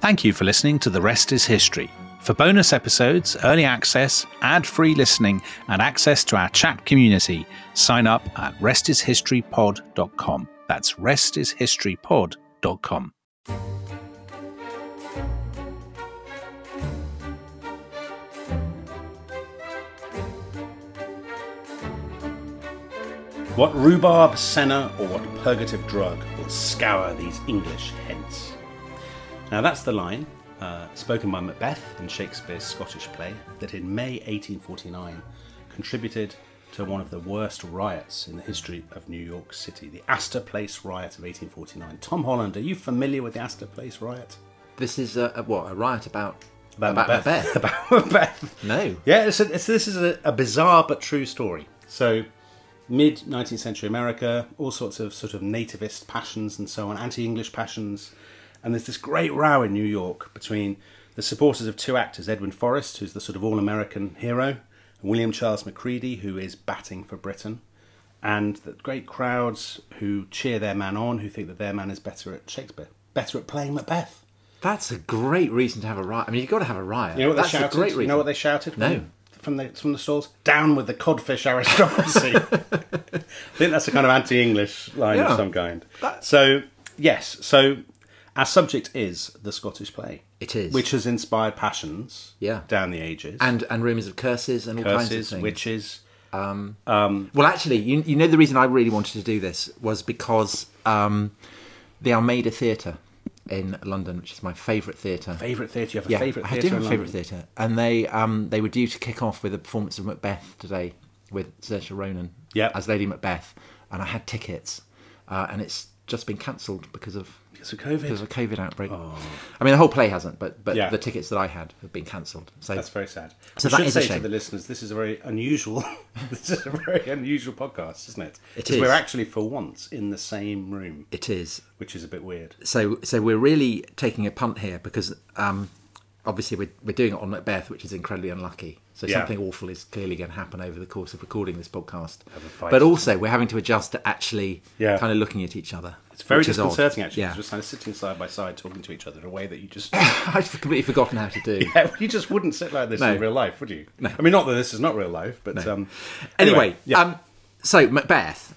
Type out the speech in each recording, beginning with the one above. Thank you for listening to The Rest is History. For bonus episodes, early access, ad free listening, and access to our chat community, sign up at restishistorypod.com. That's restishistorypod.com. What rhubarb, senna, or what purgative drug will scour these English heads? Now that's the line uh, spoken by Macbeth in Shakespeare's Scottish play that in May 1849 contributed to one of the worst riots in the history of New York City, the Astor Place riot of 1849. Tom Holland, are you familiar with the Astor Place riot? This is a, a what a riot about About Macbeth. About Macbeth. No. Yeah, it's a, it's, this is a, a bizarre but true story. So, mid 19th century America, all sorts of sort of nativist passions and so on, anti English passions. And there's this great row in New York between the supporters of two actors Edwin Forrest, who's the sort of all American hero, and William Charles Macready, who is batting for Britain, and the great crowds who cheer their man on, who think that their man is better at Shakespeare, better at playing Macbeth. That's a great reason to have a riot. I mean, you've got to have a riot. You know what That's they shouted? a great reason. You know what they shouted? No. From, from the from the stalls, down with the codfish aristocracy. I think that's a kind of anti-English line Yeah. of some kind. That- So yes, so our subject is the Scottish play. It is. which has inspired passions. Yeah. down the ages and and rumours of curses and all kinds of curses, things. witches. Well, actually, you, you know the reason I really wanted to do this was because um, the Almeida Theatre in London, which is my favourite theatre. Favorite theatre? You have a Yeah, favorite I theatre? do have in a favourite London? theatre, and they um, they were due to kick off with a performance of Macbeth today with Saoirse Ronan Yep. as Lady Macbeth, and I had tickets, uh, and it's just been cancelled because of Because of COVID. Oh. because of COVID outbreak. I mean, the whole play hasn't, but but Yeah. the tickets that I had have been cancelled. So That's very sad. So I that should is a say to shame. the listeners, this is a very unusual. this is a very unusual podcast, isn't it? It 'Cause is. We're actually, for once, in the same room, it is. which is a bit weird. So so we're really taking a punt here because um, obviously we're we're doing it on Macbeth, which is incredibly unlucky. So Yeah. something awful is clearly going to happen over the course of recording this podcast. fight. But also we're having to adjust to actually Yeah. kind of looking at each other. It's very which is odd. disconcerting, actually. Yeah. because We're kind of sitting side by side, talking to each other in a way that you just I'd completely forgotten how to do. you just wouldn't sit like this No. in real life, would you? I mean, not that this is not real life, but um, anyway, yeah. um, so Macbeth.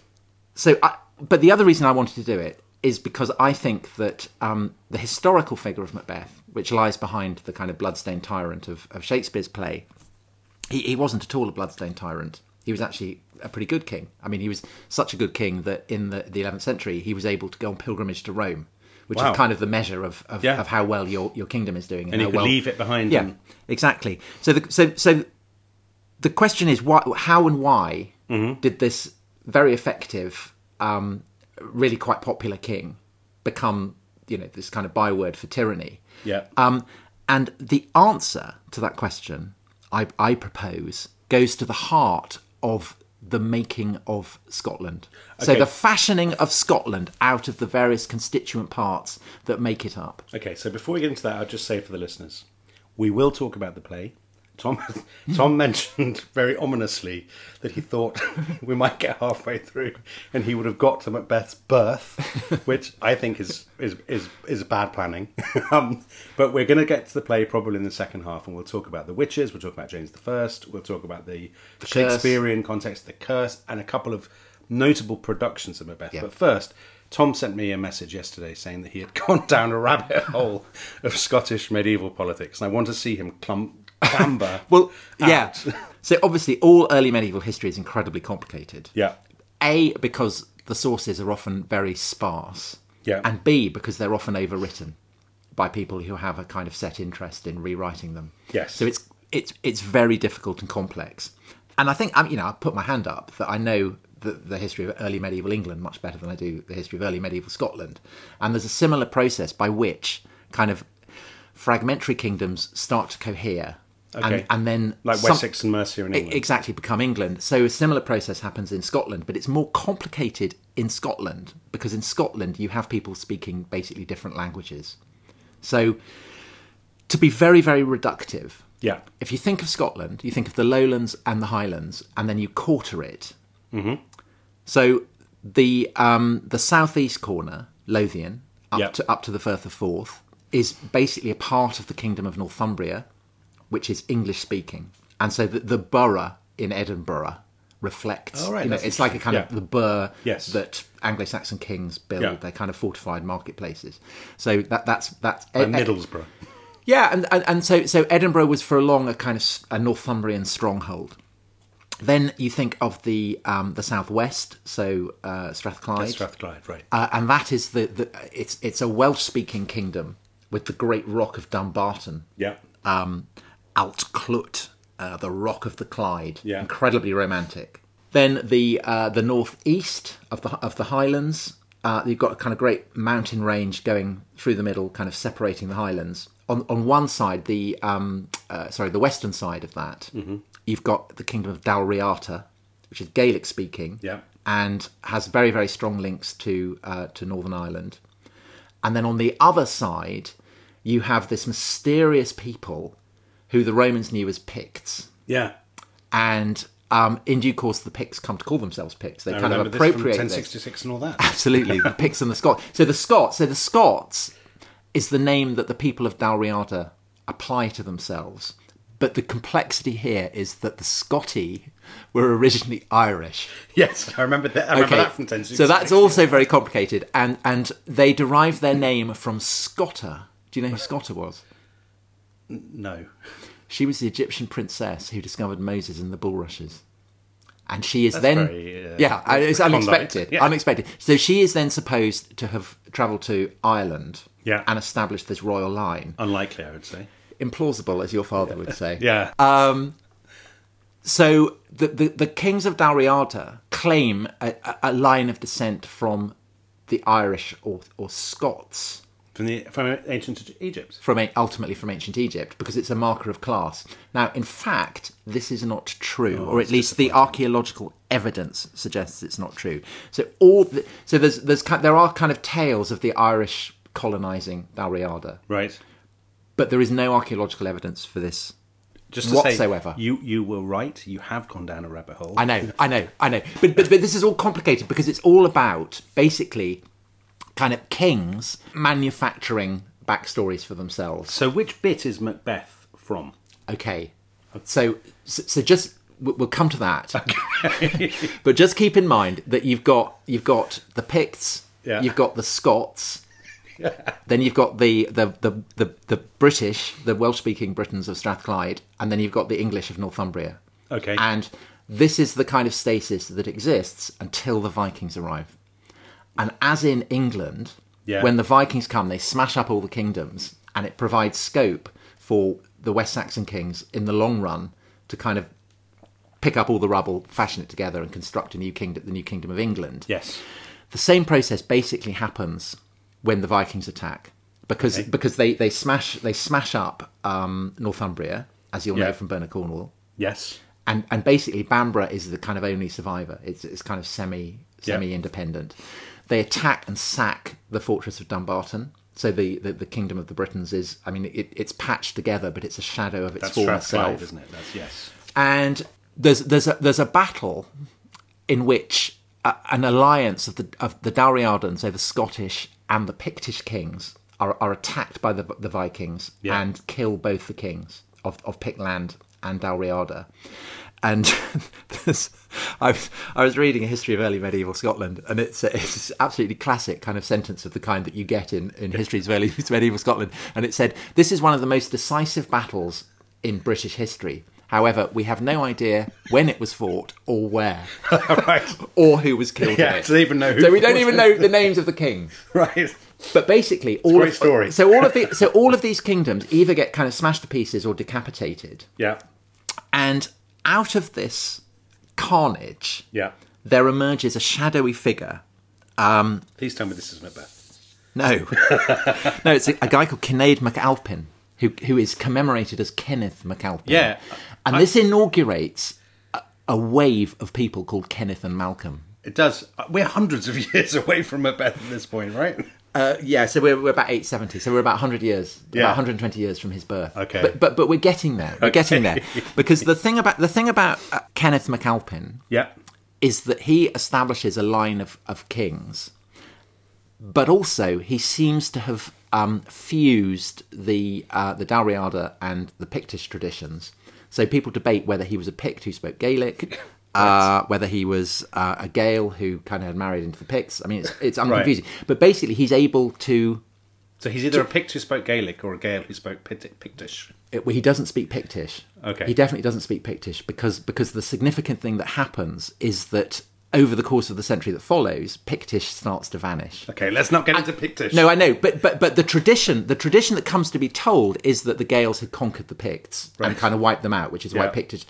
So, I, but the other reason I wanted to do it is because I think that um, the historical figure of Macbeth, which lies behind the kind of bloodstained tyrant of, of Shakespeare's play, he, he wasn't at all a bloodstained tyrant. He was actually a pretty good king. I mean, he was such a good king that in the, the 11th century, he was able to go on pilgrimage to Rome, which Wow. is kind of the measure of, of, Yeah. of how well your, your kingdom is doing. And he how could well- leave it behind Yeah, and- exactly. So, the, so, so the question is why, how and why Mm-hmm. did this very effective, um, really quite popular king become, you know, this kind of byword for tyranny? Yeah. Um, and the answer to that question, I, I propose, goes to the heart of the making of Scotland. So Okay. the fashioning of Scotland out of the various constituent parts that make it up. Okay, so before we get into that, I'll just say for the listeners, we will talk about the play. Tom, Tom mentioned very ominously that he thought we might get halfway through, and he would have got to Macbeth's birth, which I think is is is, is bad planning. um, but we're going to get to the play probably in the second half, and we'll talk about the witches. We'll talk about James the First. We'll talk about the, Shakespearean context, the curse, and a couple of notable productions of Macbeth. Yeah. But first, Tom sent me a message yesterday saying that he had gone down a rabbit hole of Scottish medieval politics, and I want to see him clump, clamber. Well, out. yeah. so obviously, all early medieval history is incredibly complicated. yeah, A, because the sources are often very sparse. Yeah. And B, because they're often overwritten by people who have a kind of set interest in rewriting them. Yes. So it's it's it's very difficult and complex. And I think I'm you know, I put my hand up that I know the, the history of early medieval England much better than I do the history of early medieval Scotland. And there's a similar process by which kind of fragmentary kingdoms start to cohere. Okay. And, and then like some- Wessex and Mercia in e- England. exactly become England. So a similar process happens in Scotland, but it's more complicated in Scotland because in Scotland you have people speaking basically different languages. So to be very, very reductive, yeah, if you think of Scotland, you think of the lowlands and the highlands, and then you quarter it. Mm-hmm. So the um, the southeast corner, Lothian, up Yep. to up to the Firth of Forth, is basically a part of the kingdom of Northumbria, which is English speaking, and so the, the borough in Edinburgh reflects. Oh, right, you know, that's it's like a kind of yeah. the burr Yes. that Anglo-Saxon kings build. Yeah. They're kind of fortified marketplaces. So that that's that's And Middlesbrough. yeah, and, and and so so Edinburgh was for long a kind of s- a Northumbrian stronghold. Then you think of the um, the southwest, so uh, Strathclyde, Strathclyde, right. uh, and that is the, the it's it's a Welsh speaking kingdom with the great rock of Dumbarton, Yeah. um, Alt Clut, uh, the rock of the Clyde, Yeah. incredibly romantic. Then the uh, the northeast of the of the Highlands, uh, you've got a kind of great mountain range going through the middle, kind of separating the Highlands. On on one side, the um, uh, sorry, the western side of that, you've got the kingdom of Dalriata, which is Gaelic speaking, Yeah. and has very very strong links to uh, to Northern Ireland. And then on the other side, you have this mysterious people who the Romans knew as Picts. Yeah. And um, in due course, the Picts come to call themselves Picts. They I kind of remember this from appropriate this. 1066 and all that. Absolutely, the Picts and the Scots. So the Scots, so the Scots is the name that the people of Dalriada apply to themselves. But the complexity here is that the Scotti were originally Irish. yes, I remember that. I remember that from 1066. so that's also very complicated, and and they derive their name from Scotta. Do you know who Scotta was? No. She was the Egyptian princess who discovered Moses in the bulrushes. And she is That's then. very, uh, yeah, uh, it's recondite. unexpected. Yeah. Unexpected. So she is then supposed to have travelled to Ireland Yeah. and established this royal line. Unlikely, I would say. Implausible, as your father would say. Yeah. Uh, So the, the, the kings of Dalriada claim a, a- a line of descent from the Irish or, or Scots. from the from ancient Egypt. from a- ultimately from ancient Egypt because it's a marker of class. Now, in fact, this is not true, or at least the archaeological evidence suggests it's not true. So all the, so there's there's ki- there are kind of tales of the Irish colonizing Dalriada, Right. but there is no archaeological evidence for this. Just to Whatsoever. say, you you were right. You have gone down a rabbit hole. I know, I know, I know. But, but but this is all complicated because it's all about basically kind of kings manufacturing backstories for themselves. So, which bit is Macbeth from? Okay. So, so so just we- we'll come to that. but just keep in mind that you've got you've got the Picts, Yeah. you've got the Scots, then you've got the the, the, the, the British, the Welsh speaking Britons of Strathclyde, and then you've got the English of Northumbria. Okay. And this is the kind of stasis that exists until the Vikings arrive. And as in England, Yeah. when the Vikings come, they smash up all the kingdoms, and it provides scope for the West Saxon kings in the long run to kind of pick up all the rubble, fashion it together, and construct a new kingdom, the new kingdom of England. Yes. The same process basically happens when the Vikings attack because because they, they smash they smash up um, Northumbria, as you'll Yeah. know from Bernard Cornwall Yes. and and basically Bamborough is the kind of only survivor. It's it's kind of semi Yeah. semi independent. They attack and sack the fortress of Dumbarton. So the, the, the kingdom of the Britons is I mean it, it's patched together, but it's a shadow of its That's former Strathclyde, self. isn't it? That's yes. And there's there's a, there's a battle in which a, an alliance of the of the Dalriadan, so the Scottish and the Pictish kings, are, are attacked by the the Vikings Yeah. and kill both the kings of of Pictland and Dalriada. And this, I was I was reading a history of early medieval Scotland, and it's a- it's this absolutely classic kind of sentence of the kind that you get in in histories of early medieval Scotland. And it said, "This is one of the most decisive battles in British history." However, we have no idea when it was fought or where right. or who was killed. Yeah, in it. so they even know who so we don't fought even it. know the names of the kings. Right. But basically, all great of, story. So all of the so all of these kingdoms either get kind of smashed to pieces or decapitated, Yeah. and out of this carnage, Yeah. there emerges a shadowy figure. Um, Please tell me this is Macbeth. no, no, it's a, a guy called Kinnaid MacAlpin who who is commemorated as Kenneth MacAlpin. Yeah. and this inaugurates a, a wave of people called Kenneth and Malcolm. It does. We're hundreds of years away from Macbeth at this point, right? Uh, yeah, so we're, we're about 870, so we're about 100 years, Yeah. about 120 years from his birth. Okay. But but, but we're getting there. We're getting there. Because the thing about the thing about uh, Kenneth MacAlpin Yeah. is that he establishes a line of, of kings but also he seems to have um, fused the uh, the Dalriada and the Pictish traditions. So people debate whether he was a Pict who spoke Gaelic, uh, whether he was uh, a Gael who kind of had married into the Picts. I mean, it's, it's unconfusing. But basically, he's able to. So he's either a Pict who spoke Gaelic or a Gael who spoke Pit- Pictish. it- well, he doesn't speak Pictish. Okay. He definitely doesn't speak Pictish because because the significant thing that happens is that over the course of the century that follows, Pictish starts to vanish. Okay, let's not get into Pictish. No, I know, but but but the tradition, the tradition that comes to be told is that the Gaels had conquered the Picts Right. and kind of wiped them out, which is why Yeah. Pictish.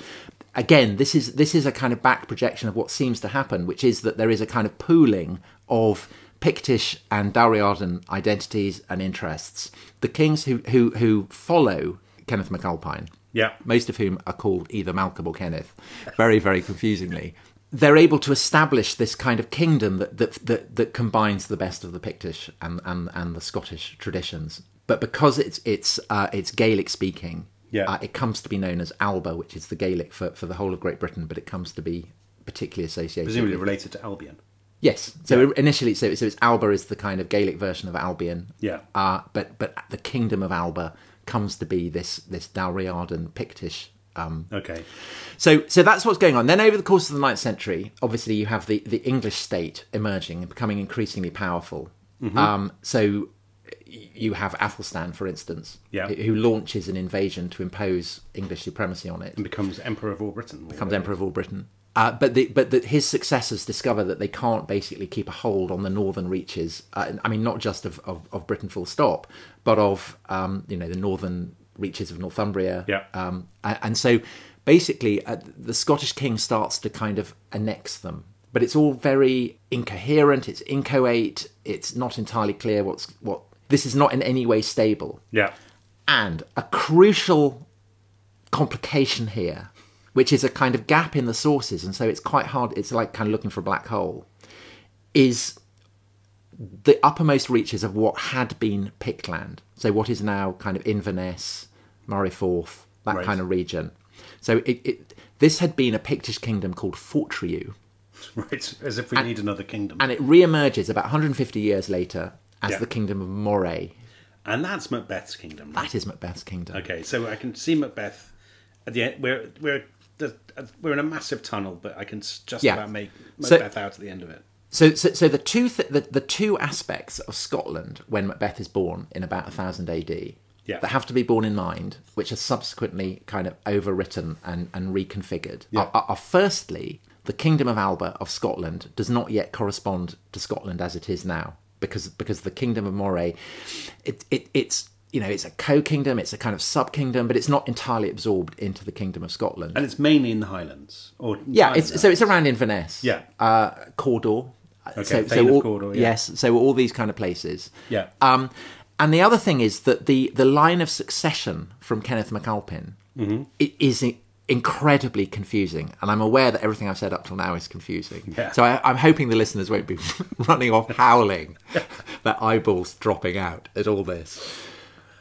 Again, this is this is a kind of back projection of what seems to happen, which is that there is a kind of pooling of Pictish and Dalriadan identities and interests. The kings who who who follow Kenneth MacAlpine, Yeah. most of whom are called either Malcolm or Kenneth, very, very confusingly. They're able to establish this kind of kingdom that that that, that combines the best of the Pictish and, and, and the Scottish traditions. But because it's it's uh, it's Gaelic speaking, Yeah. uh, it comes to be known as Alba, which is the Gaelic for, for the whole of Great Britain. But it comes to be particularly associated. Presumably with- related to Albion. yes. So initially, so so it's Alba is the kind of Gaelic version of Albion. Yeah. Uh, but but the kingdom of Alba comes to be this this Dalriadan Pictish um, Okay. so, so that's what's going on. Then, over the course of the ninth century, obviously, you have the, the English state emerging and becoming increasingly powerful. Um, so, y- you have Athelstan, for instance, Yeah. who- who launches an invasion to impose English supremacy on it, And becomes Emperor of all Britain. becomes emperor of all Britain. Uh, but the, but the, his successors discover that they can't basically keep a hold on the northern reaches. Uh, I mean, not just of, of, of Britain, full stop, but of um, you know the northern reaches of Northumbria, Yeah. um, a- and so basically, uh, the Scottish king starts to kind of annex them. But it's all very incoherent. It's inchoate. It's not entirely clear what's what. This is not in any way stable. Yeah. And a crucial complication here, which is a kind of gap in the sources, and so it's quite hard. It's like kind of looking for a black hole. Is the uppermost reaches of what had been Pictland, so what is now kind of Inverness, Murray Forth, that Right. kind of region. So it, it this had been a Pictish kingdom called Fortriu, Right. As if we need another kingdom. and it re-emerges about 150 years later as Yeah. the kingdom of Moray. And that's Macbeth's kingdom. That is Macbeth's kingdom. Okay, so I can see Macbeth at the end. We're we're there's- we're in a massive tunnel, but I can s- just Yeah. about make So- Macbeth out at the end of it. So, so, so the two th- the, the two aspects of Scotland when Macbeth is born in about 1000 AD Yeah. that have to be borne in mind, which are subsequently kind of overwritten and, and reconfigured, are, are, are firstly, the Kingdom of Alba of Scotland does not yet correspond to Scotland as it is now, because because the Kingdom of Moray, it, it it's you know it's a co-kingdom, it's a kind of sub-kingdom, but it's not entirely absorbed into the Kingdom of Scotland. And it's mainly in the Highlands, or Yeah, it's, so it's around Inverness. Yeah. uh, Cawdor. Okay, Thane of all, Cawdor, yeah. Yes, so all these kind of places. Yeah. Um, and the other thing is that the the line of succession from Kenneth MacAlpin Mm-hmm. i- is i- incredibly confusing, and I'm aware that everything I've said up till now is confusing. Yeah. So I, I'm hoping the listeners won't be running off howling, their eyeballs dropping out at all this.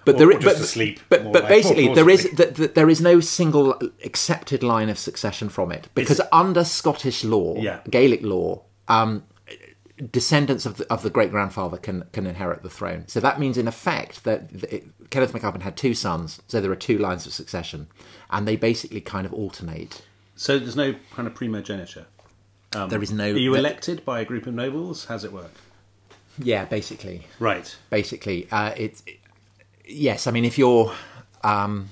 But there or is, just but, asleep, but, more but like- basically, more there is plausibly. that that there is no single accepted line of succession from it because under Scottish law, Yeah. Gaelic law, um, descendants of the, of the great grandfather can can inherit the throne. So that means, in effect, that that it, Kenneth MacAlpin had two sons, so there are two lines of succession, and they basically kind of alternate. So there's no kind of primogeniture. there is no Um, Are you no- elected by a group of nobles? How's it work? Yeah, basically. Right. basically. Uh, it's yes, I mean if you're, um,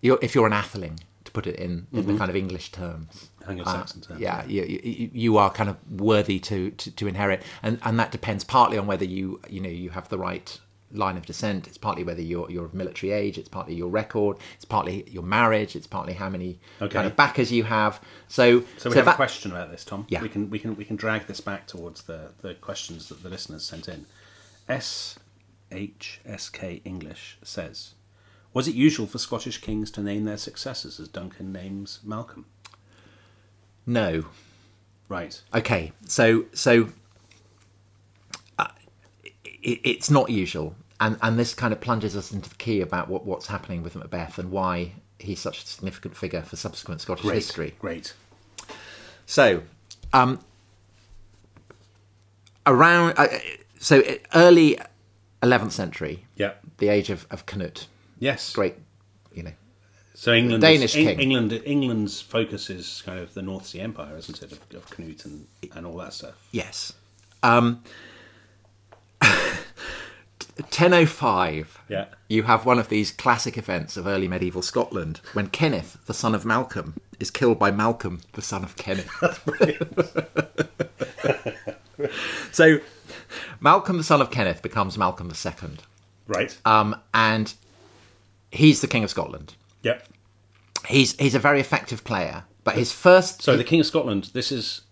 you're if you're an atheling, to put it in, in Mm-hmm. the kind of English terms, Anglo-Saxon terms, Uh, yeah, you, you, you are kind of worthy to, to, to inherit, and and that depends partly on whether you you know you have the right line of descent. It's partly whether you're you're of military age. It's partly your record. It's partly your marriage. It's partly how many Okay. kind of backers you have. So So we have a question about this, Tom. Yeah. We can we can we can drag this back towards the, the questions that the listeners sent in. S H S K English says, was it usual for Scottish kings to name their successors as Duncan names Malcolm? No. Right. Okay, so so uh, it, it's not usual, and and this kind of plunges us into the key about what what's happening with Macbeth and why he's such a significant figure for subsequent Scottish Great. history. Great. So, um, around uh, so i- early 11th century, Yeah. the age of, of Canute, Yes. great, you know, So England, Danish is, Eng- king. England, England's focus is kind of the North Sea Empire, isn't it, of, of Canute and, and all that stuff. yes. Um, 1005. Yeah. You have one of these classic events of early medieval Scotland when Kenneth, the son of Malcolm, is killed by Malcolm, the son of Kenneth. so, Malcolm, the son of Kenneth, becomes Malcolm the second, Right. um, and he's the king of Scotland. yep. He's he's a very effective player, but his first So the King of Scotland. This is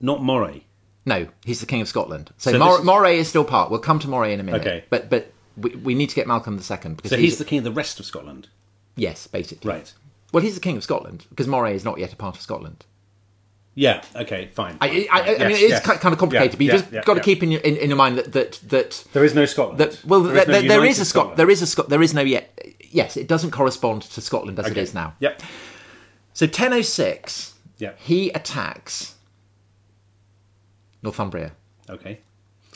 not Moray. no, he's the king of Scotland. So, So Mor- this is- Moray is still part. We'll come to Moray in a minute. Okay. but but we, we need to get Malcolm the second because So he's the king of the rest of Scotland. yes, basically Right. Well, he's the king of Scotland because Moray is not yet a part of Scotland. Yeah. Okay. Fine. I, I, I, Yes, I mean, it's yes. kind of complicated, Yeah, but you yeah, just yeah, got to yeah. keep in your, in, in your mind that that that. There is no Scotland. that well, there, no there- there is united a Scot. There is a Scot. There is no yet. Yes, it doesn't correspond to Scotland as it Okay. is now. Yep. So 1006, Yeah. he attacks Northumbria. Okay.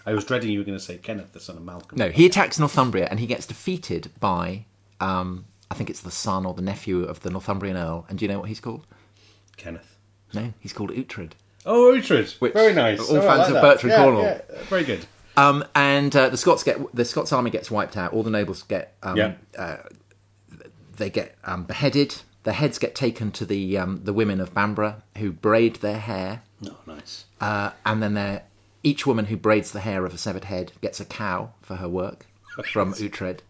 I was dreading you were going to say Kenneth, the son of Malcolm. No, he attacks Northumbria and he gets defeated by, um, I think it's the son or the nephew of the Northumbrian earl. And do you know what he's called? Kenneth. No, he's called Uhtred. Oh, Uhtred. Which Very nice. all Oh, I fans like of that. Bertrand Cornwall. Very good. Um, and uh, the Scots get the Scots army gets wiped out. All the nobles get um, Yeah. they get um, beheaded. Their heads get taken to the um, the women of Bamborough who braid their hair, No, Oh, nice. uh, and then their each woman who braids the hair of a severed head gets a cow for her work from Uhtred,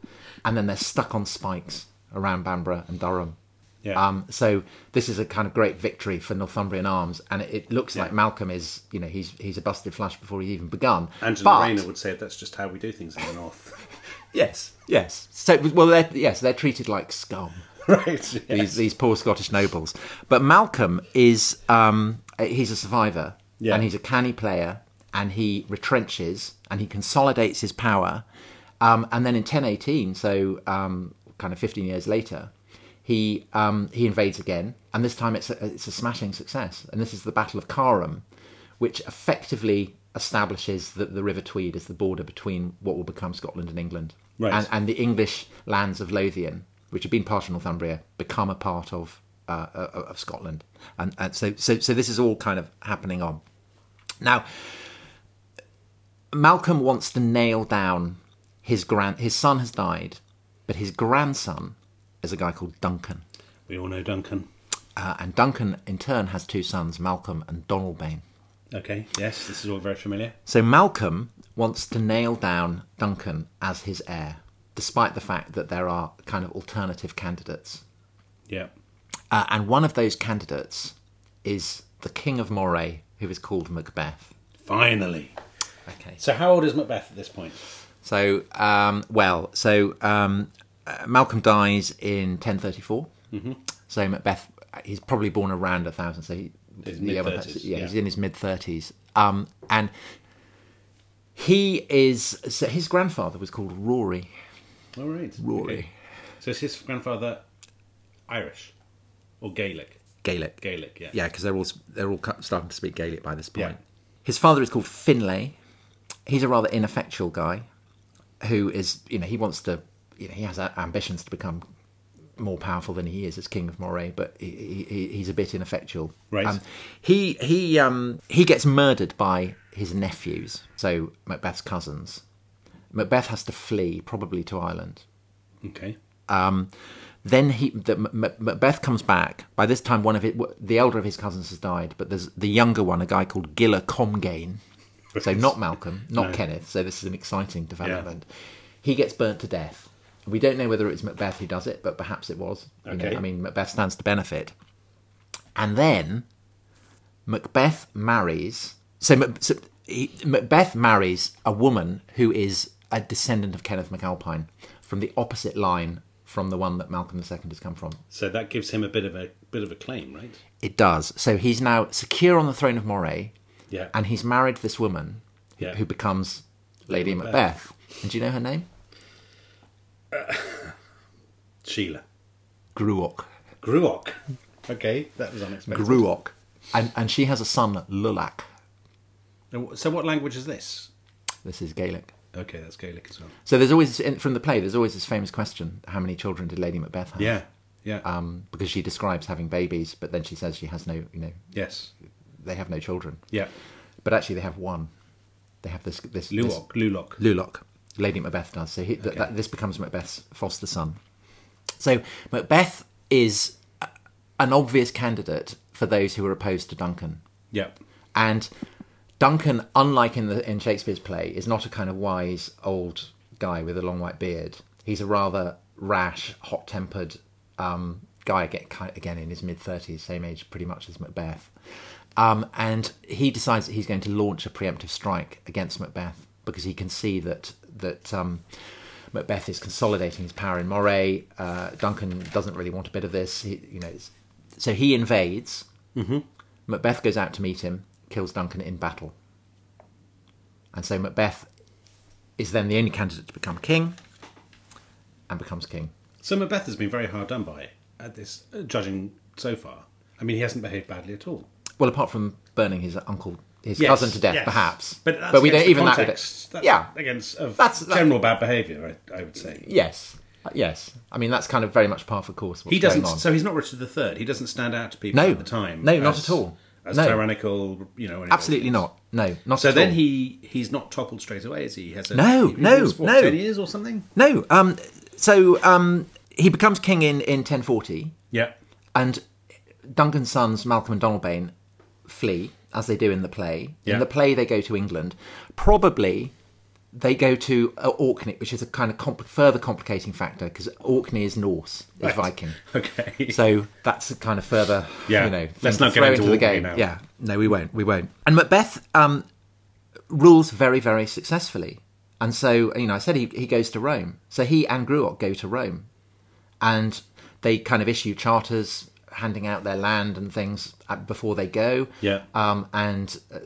and then they're stuck on spikes around Bamborough and Durham. Yeah. Um, so this is a kind of great victory for Northumbrian arms, and it, it looks like Malcolm is, you know, he's he's a busted flush before he's even begun. Angela but, Rayner would say that's just how we do things in the north. Yes, yes. So, well, they're, yes, they're treated like scum. right. yeah. These these poor Scottish nobles. But Malcolm is um, he's a survivor, Yeah. and he's a canny player, and he retrenches and he consolidates his power, um, and then in 1018, so um, kind of 15 years later. He um, he invades again, and this time it's a, it's a smashing success. And this is the Battle of Carrum, which effectively establishes the, the River Tweed as the border between what will become Scotland and England, Right. and, and the English lands of Lothian, which had been part of Northumbria, become a part of uh, uh, of Scotland, and, and so so so this is all kind of happening on. Now, Malcolm wants to nail down his grand his son has died, but his grandson is a guy called Duncan, We all know Duncan. uh, and Duncan in turn has two sons, Malcolm and Donalbain. Okay. Yes, this is all very familiar. So Malcolm wants to nail down Duncan as his heir, despite the fact that there are kind of alternative candidates. Yeah. Uh, and one of those candidates is the King of Moray, who is called Macbeth. Finally. Okay. So, how old is Macbeth at this point? So, um, well, so um, uh, Malcolm dies in 1034. Mm-hmm. So Macbeth, he's probably born around a thousand. So he, His yeah, well, mid-thirties, that's- yeah, he's yeah. in his mid thirties. Um, and he is. So his grandfather was called Rory. All right. Rory. Okay. So, is his grandfather Irish or Gaelic? Gaelic. Gaelic, yeah. Yeah, because they're all they're all cu- starting to speak Gaelic by this point. Yeah. His father is called Finlay. He's a rather ineffectual guy, who is you know he wants to you know he has a- ambitions to become more powerful than he is as king of Moray, but he, he, he's a bit ineffectual. Right. Um, he he um he gets murdered by his nephews, so Macbeth's cousins. Macbeth has to flee, probably to Ireland. Okay. Um, then he, the, M- M- Macbeth comes back. By this time, one of it, the elder of his cousins has died, but there's the younger one, a guy called Gilla Comgane. So not Malcolm, not No. Kenneth. So this is an exciting development. He gets burnt to death. We don't know whether it's Macbeth who does it, but perhaps it was. You know, Okay. I mean, Macbeth stands to benefit. And then Macbeth marries. So, Mac- so he, Macbeth marries a woman who is a descendant of Kenneth MacAlpine from the opposite line from the one that Malcolm II has come from. So that gives him a bit of a bit of a claim, right? It does. So he's now secure on the throne of Moray, Yeah. and he's married this woman who, Yeah. who becomes Lady Macbeth. And do you know her name? Sheila. Gruoch. Gruoch. Okay, that was unexpected. Gruoch. And, and she has a son, Lulak. Now, So, what language is this? This is Gaelic. Okay, that's Gaelic as well. So there's always in- from the play. There's always this famous question: How many children did Lady Macbeth have? Yeah, Uh, yeah, Um, because she describes having babies, but then she says she has no. You know, yes, they have no children. yeah. But actually, they have one. They have this this this- Luok, Lulock. Lulock. Lady Macbeth does. So he, th- that, this becomes Macbeth's foster son. So Macbeth is a- an obvious candidate for those who are opposed to Duncan. Yeah, And Duncan, unlike in the in Shakespeare's play, is not a kind of wise old guy with a long white beard. He's a rather rash, hot-tempered um, guy. Get ki- again in his mid thirties, same age pretty much as Macbeth. Um, and he decides that he's going to launch a preemptive strike against Macbeth because he can see that that um, Macbeth is consolidating his power in Moray. Uh, Duncan doesn't really want a bit of this. He, you know, it's- so he invades. Macbeth goes out to meet him, kills Duncan in battle. And so Macbeth is then the only candidate to become king and becomes king. So Macbeth has been very hard done by at this, uh, judging so far. I mean, he hasn't behaved badly at all. Well, apart from burning his uncle, his Yes, cousin to death, yes. perhaps. But, that's we don't against the even context. that. That's Would, yeah. against of That's- that- general bad behaviour. I, I would say Yes. Yes. I mean, that's kind of very much par for course. What's he doesn't. Going on. So he's not Richard III. He doesn't stand out to people No. at the time. No, not as- at all. As No. tyrannical, you know. anything. Absolutely not. No. Not So at then all. he he's not toppled straight away, is he? he has a, No, he no, rules for no. ten years or something. No. Um, so um, he becomes king in, in 1040. Yeah, and Duncan's sons Malcolm and Donalbain flee as they do in the play. Yeah. In the play, they go to England. Probably they go to uh, Orkney, which is a kind of compl- further complicating factor because Orkney is Norse, is Right. Viking. Okay. So that's a kind of further, Yeah. you know, Let's thing not to get throw into the Orkney game. now. Yeah, no, we won't, we won't. And Macbeth um, rules very, very successfully. And so, you know, I said he, he goes to Rome. So he and Gruach go to Rome, and they kind of issue charters, handing out their land and things uh, before they go. Yeah. Um, and uh,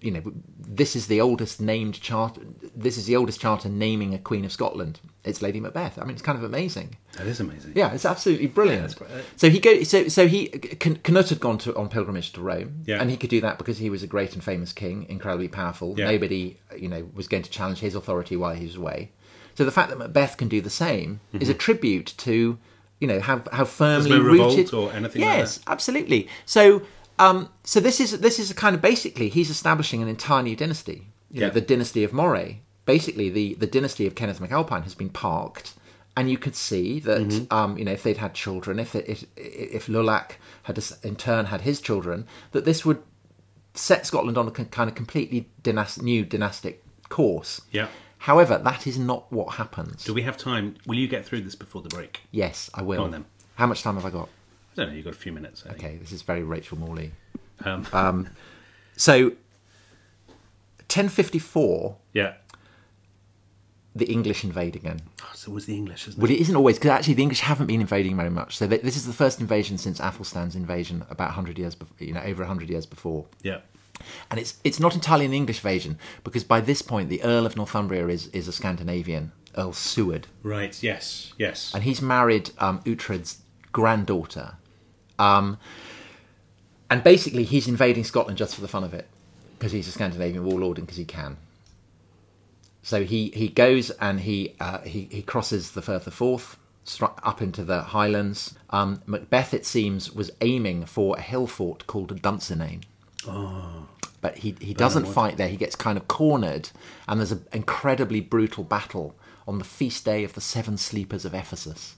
you know, this is the oldest named charter. This is the oldest charter naming a Queen of Scotland. It's Lady Macbeth. I mean, it's kind of amazing. that is amazing. Yeah, it's absolutely brilliant. that's great. So he go so so he Can- Canute had gone to on pilgrimage to Rome, Yeah. and he could do that because he was a great and famous king, incredibly powerful. Yeah. Nobody, you know, was going to challenge his authority while he was away. So the fact that Macbeth can do the same is a tribute to, you know, how how firmly Mm-hmm. no revolt rooted or anything like Yes, absolutely. So um, so this is this is a kind of basically he's establishing an entire new dynasty. You Yeah. know, the dynasty of Moray. Basically, the, the dynasty of Kenneth MacAlpine has been parked, and you could see that Mm-hmm. um, you know if they'd had children, if it, if, if Lulac had in turn had his children, that this would set Scotland on a con- kind of completely dynast- new dynastic course. Yeah. However, that is not what happens. Do we have time? Will you get through this before the break? yes, I will. Go on then. How much time have I got? I don't know. You've got a few minutes. I think. Okay, this is very Rachel Morley. Um, Uh, So, 1054, yeah. the English invade again. Oh, so it was the English, isn't Well, it isn't always, because actually the English haven't been invading very much. So, th this is the first invasion since Athelstan's invasion about 100 years, bef- you know, over 100 years before. it? Yeah. And it's, it's not entirely an English invasion, because by this point, the Earl of Northumbria is, is a Scandinavian, Earl Seward. Right. Yes. Yes. and he's married um, Uhtred's granddaughter. Um, and basically, he's invading Scotland just for the fun of it because he's a Scandinavian warlord and because he can. So he, he goes and he, uh, he he crosses the Firth of Forth stru- up into the Highlands. Um, Macbeth, it seems, was aiming for a hill fort called Dunsinane. But he, he doesn't fight there. He gets kind of cornered, and there's an incredibly brutal battle on the feast day of the Seven Sleepers of Ephesus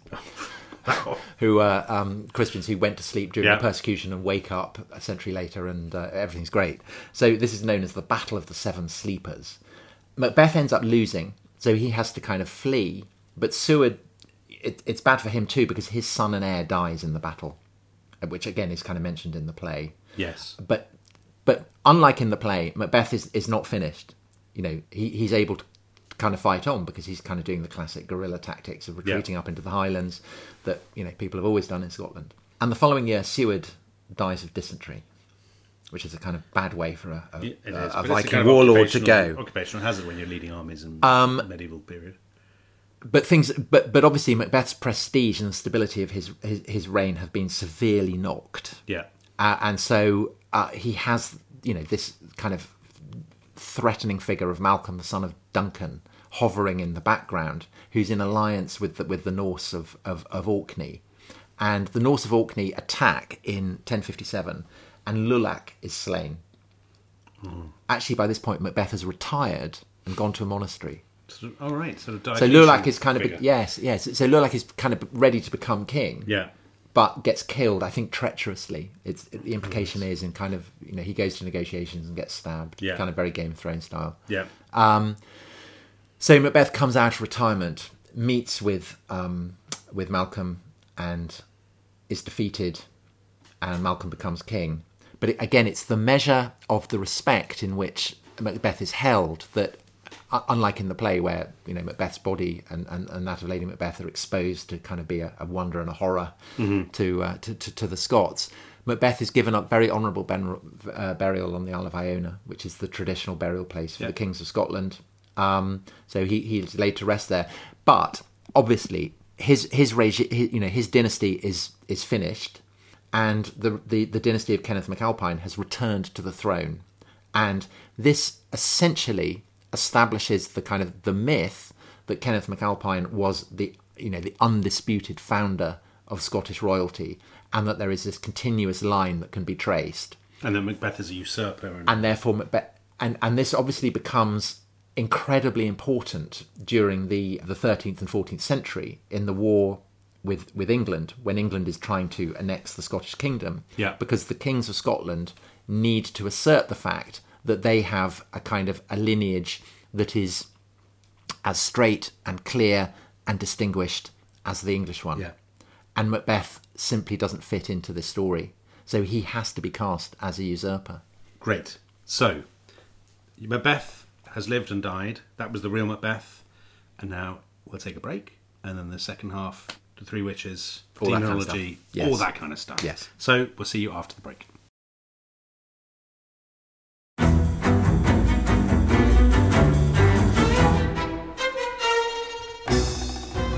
who are um, Christians who went to sleep during Yeah. the persecution and wake up a century later and uh, everything's great. So this is known as the Battle of the Seven Sleepers. Macbeth ends up losing, so he has to kind of flee. But Seward, it, it's bad for him too because his son and heir dies in the battle, uh, which again is kind of mentioned in the play yes. but but unlike in the play, Macbeth is, is not finished. You know, he, he's able to kind of fight on because he's kind of doing the classic guerrilla tactics of retreating up into the highlands that you know people have always done in Scotland. And the following year, Seward dies of dysentery, which is a kind of bad way for a, a, It is, a- uh, a but it's Viking kind of warlord to occupational- go. Um, Occupational hazard when you're leading armies in medieval period. But things, but but obviously, Macbeth's prestige and the stability of his his, his reign have been severely knocked. Yeah. uh, and so uh, he has you know this kind of threatening figure of Malcolm, the son of Duncan, hovering in the background, who's in alliance with the, with the Norse of, of, of Orkney. And the Norse of Orkney attack in 1057, and Lulac is slain. Actually, by this point, Macbeth has retired and gone to a monastery. Sort of- all right, sort of So Diocletian Lulac is kind of be- figure. yes, yes. So Lulac is kind of ready to become king yeah. but gets killed. I think treacherously. It's the implication is, and kind of you know he goes to negotiations and gets stabbed, Yeah. kind of very Game of Thrones style. Yeah. So Macbeth comes out of retirement, meets with um, with Malcolm, and is defeated, and Malcolm becomes king. But it, again, it's the measure of the respect in which Macbeth is held that, u- unlike in the play where you know Macbeth's body and, and, and that of Lady Macbeth are exposed to kind of be a, a wonder and a horror to, uh, to, to to the Scots. Macbeth is given up very honourable ben, uh, burial on the Isle of Iona, which is the traditional burial place for the kings of Scotland. Um, so he he's laid to rest there. But obviously, his his regime, his, you know, his dynasty is is finished, and the, the the dynasty of Kenneth MacAlpine has returned to the throne, and this essentially establishes the kind of the myth that Kenneth MacAlpine was the you know the undisputed founder of Scottish royalty, and that there is this continuous line that can be traced And then Macbeth is a usurper. And, and therefore Macbeth, and and this obviously becomes incredibly important during the the 13th and 14th century in the war with with England when England is trying to annex the Scottish kingdom Yeah. because the kings of Scotland need to assert the fact that they have a kind of a lineage that is as straight and clear and distinguished as the English one Yeah. and Macbeth simply doesn't fit into this story so he has to be cast as a usurper Great. So, Macbeth has lived and died. That was the real Macbeth. And now we'll take a break. And then the second half, The Three Witches, All that kind of demonology, stuff. Yes. all that kind of stuff. Yes. So, we'll see you after the break.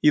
He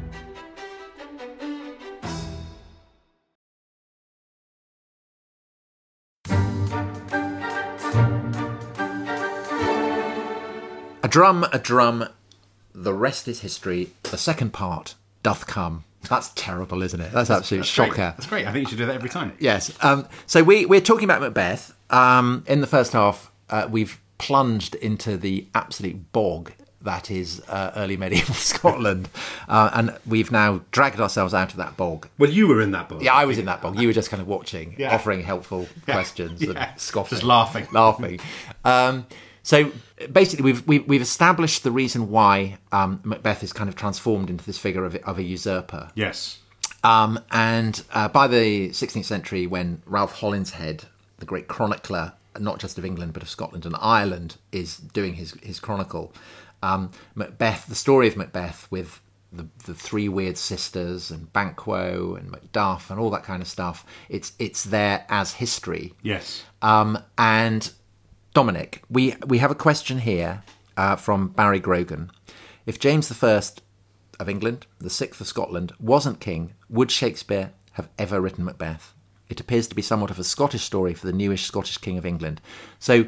A drum, a drum, the rest is history. The second part doth come. That's terrible, isn't it? That's absolute shocker. Great. That's great. I think you should do that every time. Yes. Um, so we, we're talking about Macbeth. Um, in the first half, uh, we've plunged into the absolute bog that is uh, early medieval Scotland. Uh, and we've now dragged ourselves out of that bog. Well, you were in that book. Yeah, I was in that bog. You were just kind of watching, Yeah. offering helpful questions Yeah. and scoffing, Just laughing. laughing. Um, so basically, we've we've, we've established the reason why um, Macbeth is kind of transformed into this figure of, of a usurper, Yes. Um, and uh, by the 16th century, when Ralph Holinshead, the great chronicler, not just of England but of Scotland and Ireland, is doing his his chronicle, um, Macbeth, the story of Macbeth with the, the three weird sisters and Banquo and Macduff and all that kind of stuff, it's it's there as history. Yes. Um, and Dominic, we we have a question here uh, from Barry Grogan. If James I of England, the sixth of Scotland, wasn't king, would Shakespeare have ever written Macbeth? It appears to be somewhat of a Scottish story for the newish Scottish king of England. So,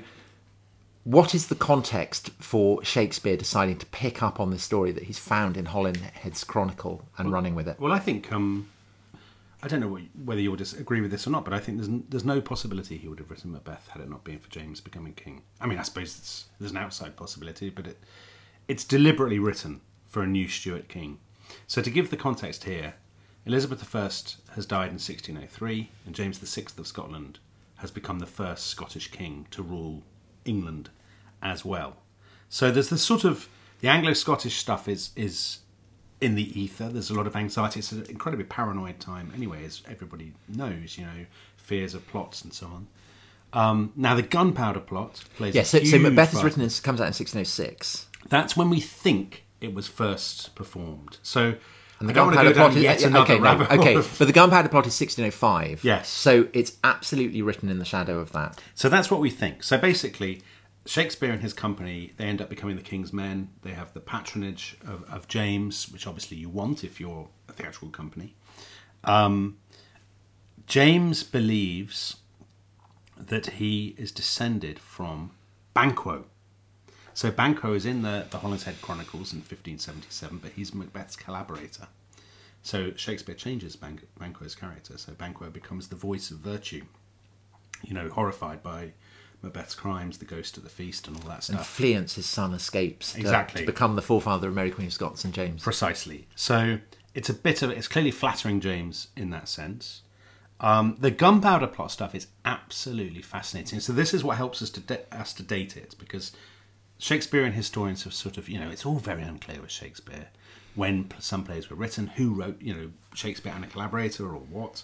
what is the context for Shakespeare deciding to pick up on this story that he's found in Holinhead's Chronicle and running with it? Well, I think um, I don't know what, whether you'll disagree with this or not, but I think there's n- there's no possibility he would have written Macbeth had it not been for James becoming king. I mean, I suppose it's, there's an outside possibility, but it it's deliberately written for a new Stuart king. So to give the context here, Elizabeth I has died in 1603, and James VI of Scotland has become the first Scottish king to rule England as well. So there's this sort of the Anglo-Scottish stuff is is in the ether. There's a lot of anxiety. It's an incredibly paranoid time, anyway, as everybody knows. You know, fears of plots and so on. Um, now, the gunpowder plot plays. Yeah, a so, so huge Macbeth is part. written in, comes out in 1606. That's when we think it was first performed. So, And the I don't want to gunpowder go plot down is yet yeah, yeah, another okay, no, rabbit okay, hole. but the gunpowder plot is 1605. Yes. so it's absolutely written in the shadow of that. So that's what we think. So basically, Shakespeare and his company, they end up becoming the king's men. They have the patronage of, of James, which obviously you want if you're a theatrical company. Um, James believes that he is descended from Banquo. So Banquo is in the, the Holinshead Chronicles in 1577, but he's Macbeth's collaborator. So Shakespeare changes Ban- Banquo's character. So Banquo becomes the voice of virtue you know, horrified by Macbeth's crimes, the ghost at the feast, and all that And stuff. Fleance, his son, escapes to, Exactly. to become the forefather of Mary Queen of Scots and James. Precisely. So it's a bit of it's clearly flattering James in that sense. Um, the gunpowder plot stuff is absolutely fascinating. So this is what helps us to da- us to date it because Shakespearean historians have sort of you know it's all very unclear with Shakespeare when pl- some plays were written, who wrote you know Shakespeare and a collaborator or what,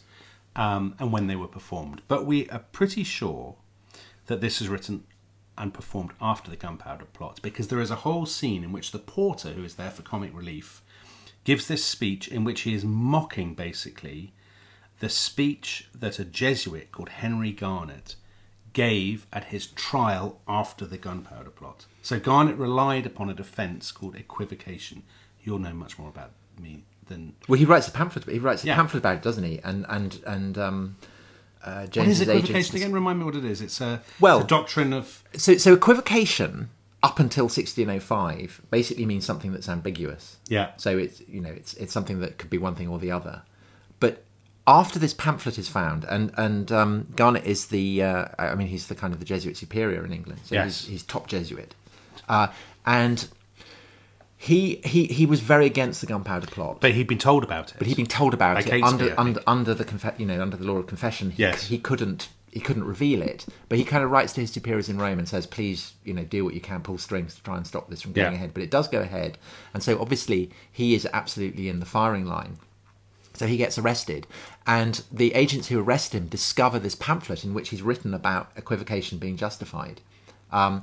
um, and when they were performed. But we are pretty sure that this is written and performed after the gunpowder plot because there is a whole scene in which the porter who is there for comic relief gives this speech in which he is mocking basically the speech that a jesuit called henry garnet gave at his trial after the gunpowder plot so garnet relied upon a defense called equivocation you'll know much more about me than Well, he writes a pamphlet. He writes a Yeah. pamphlet about it, doesn't he? And and and um, uh, what is James's agents. equivocation again remind me what it is it's a, Well- it's a doctrine of So so equivocation up until 1605 basically means something that's ambiguous. Yeah. So it's you know it's it's something that could be one thing or the other, but after this pamphlet is found, and and um, Garnet is the uh, I mean he's the kind of the Jesuit superior in England, so Yes. he's, he's top Jesuit, uh, and he he he was very against the gunpowder plot. but he'd been told about it But he'd been told about Like it Catesby, I under think. under under the confe- you know under the law of confession. He, Yes. he couldn't he couldn't reveal it. But he kind of writes to his superiors in Rome and says, "Please, you know, do what you can, pull strings to try and stop this from going Yeah. ahead." But it does go ahead, and so obviously he is absolutely in the firing line. So he gets arrested, and the agents who arrest him discover this pamphlet in which he's written about equivocation being justified. Um,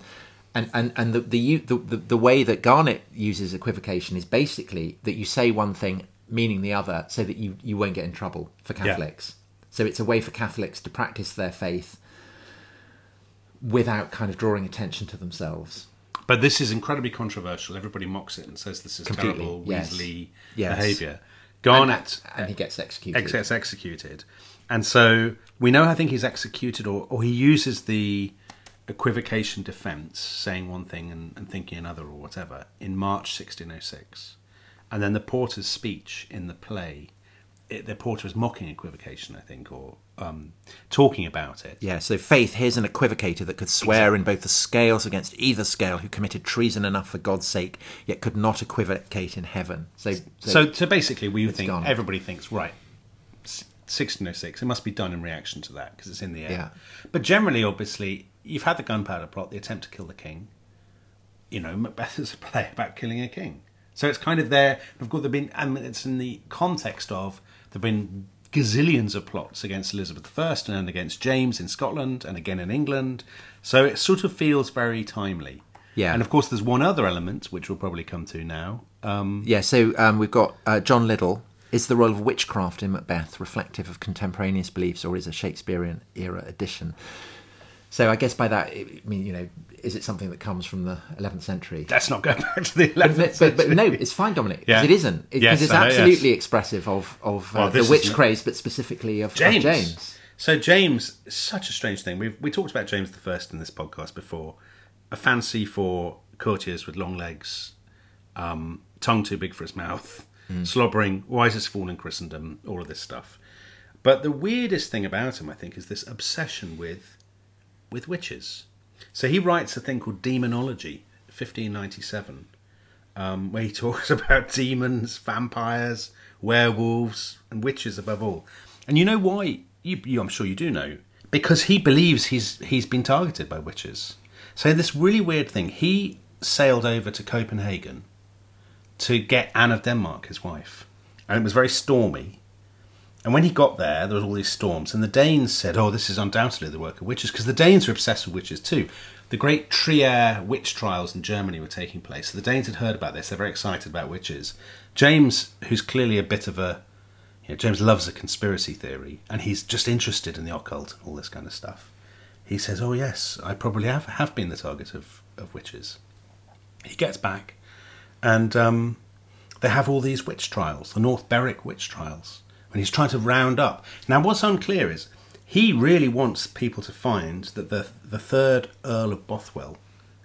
and and, and the, the, u- the, the the way that Garnet uses equivocation is basically that you say one thing meaning the other so that you, you won't get in trouble for Catholics. So it's a way for Catholics to practice their faith without kind of drawing attention to themselves. But this is incredibly controversial. Everybody mocks it and says this is Completely, terrible, yes. Weasley Yes. behaviour. And, Garnet and he gets executed. ex- gets executed. And so we know, I think he's executed, or, or he uses the equivocation defence, saying one thing and, and thinking another, or whatever, in March 1606. And then the porter's speech in the play, it, the porter is mocking equivocation, I think, or um, talking about it. Yeah, so faith, here's an equivocator that could swear in both the scales against either scale who committed treason enough for God's sake, yet could not equivocate in heaven. So, so, So, so basically, we think gone. everybody thinks right. s- 1606. It must be done in reaction to that because it's in the air. Yeah. But generally, obviously, you've had the gunpowder plot, the attempt to kill the king. You know, Macbeth is a play about killing a king. So it's kind of there. Of course, there've been, and it's in the context of there've been gazillions of plots against Elizabeth I and against James in Scotland and again in England. So it sort of feels very timely. Yeah. And of course, there's one other element which we'll probably come to now. Yeah, so um, we've got uh, John Liddell. Is the role of witchcraft in Macbeth reflective of contemporaneous beliefs or is a Shakespearean era addition? So I guess by that, I mean, you know, is it something that comes from the 11th century? Let's not go back to the 11th But, but, but no, it's fine, Dominic, because Yeah. it isn't. It, 'cause Yes, it's I know, yes. absolutely expressive of, of uh, Well, the this witch is- craze, but specifically of of James. James. So James, such a strange thing. We've we talked about James the First in this podcast before. A fancy for courtiers with long legs, um, tongue too big for his mouth, Hmm. slobbering, wisest fool in Christendom, all of this stuff. But the weirdest thing about him, I think, is this obsession with with witches. So he writes a thing called Demonology, 1597, um, where he talks about demons, vampires, werewolves, and witches above all. And you know why? You, you, I'm sure you do know because he believes he's he's been targeted by witches. So this really weird thing. He sailed over to Copenhagen to get Anne of Denmark, his wife, and it was very stormy. And when he got there, there was all these storms, and the Danes said, "Oh, this is undoubtedly the work of witches," because the Danes were obsessed with witches too. The great Trier witch trials in Germany were taking place, so the Danes had heard about this. They're very excited about witches. James, who's clearly a bit of a, you know, James loves a conspiracy theory, and he's just interested in the occult and all this kind of stuff. He says, "Oh yes, I probably have have been the target of of witches." He gets back, and um, they have all these witch trials, the North Berwick witch trials, and he's trying to round up. Now, what's unclear is he really wants people to find that the the third Earl of Bothwell